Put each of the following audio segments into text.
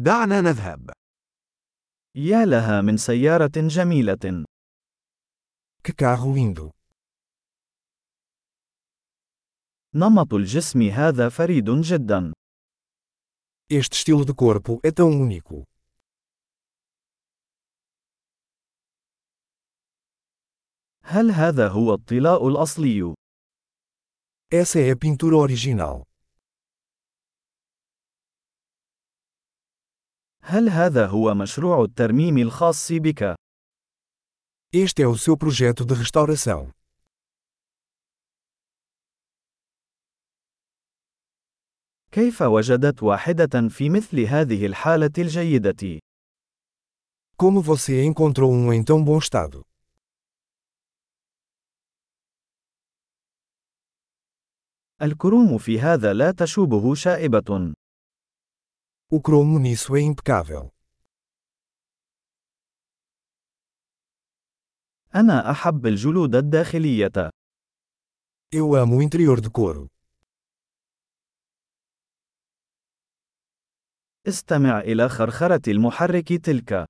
دعنا نذهب. يا لها من سيارة جميلة. Que carro lindo! نمط الجسم هذا فريد جدا. Este estilo de e corpo é tão único. هل هذا هو الطلاء الأصلي؟ Essa é a e pintura original. هل هذا هو مشروع الترميم الخاص بك؟ Este é o seu projeto de restauração. كيف وجدت واحدة في مثل هذه الحالة الجيدة؟ Como você encontrou um em tão bom estado? الكروم في هذا لا تشوبه شائبة. O cromo nisso é impecável. أنا أحب الجلود الداخلية. Eu amo o interior de couro. استمع إلى خرخرة المحرك تلك.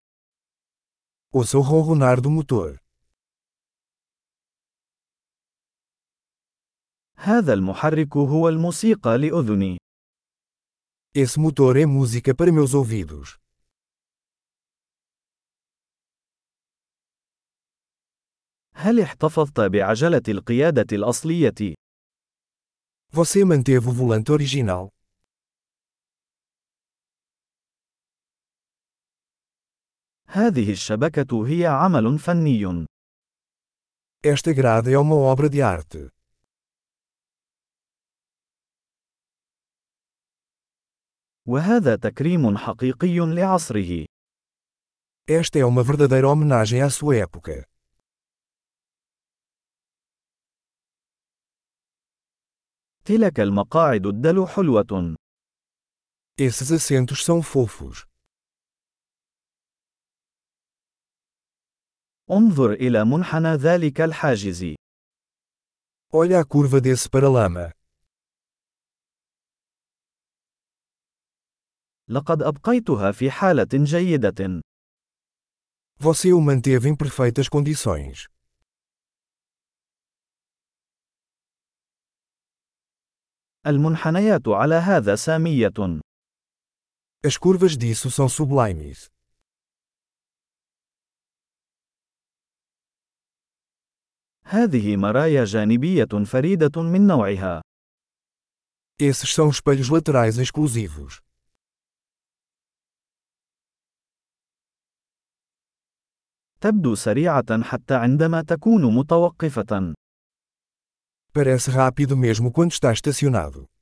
Ouça o ronronar do motor. هذا المحرك هو الموسيقى لأذني. Esse motor é música para meus ouvidos. هل احتفظت بعجلة القيادة الأصلية؟ Você manteve o volante original. هذه الشبكة هي عمل فني. Esta grade é uma obra de arte. وهذا تكريم حقيقي لعصره. Esta é uma verdadeira homenagem à sua época. تلك المقاعد الدلو حلوة. Esses assentos são fofos. انظر إلى منحنى ذلك الحاجز. Olha a curva desse paralama. لقد أبقيتها في حالة جيدة. Você o manteve em perfeitas condições. المنحنيات على هذا سامية. As curvas disso são sublimes. هذه مرايا جانبية فريدة من نوعها. Esses são espelhos laterais exclusivos. تبدو سريعة حتى عندما تكون متوقفة. Parece rápido mesmo quando está estacionado.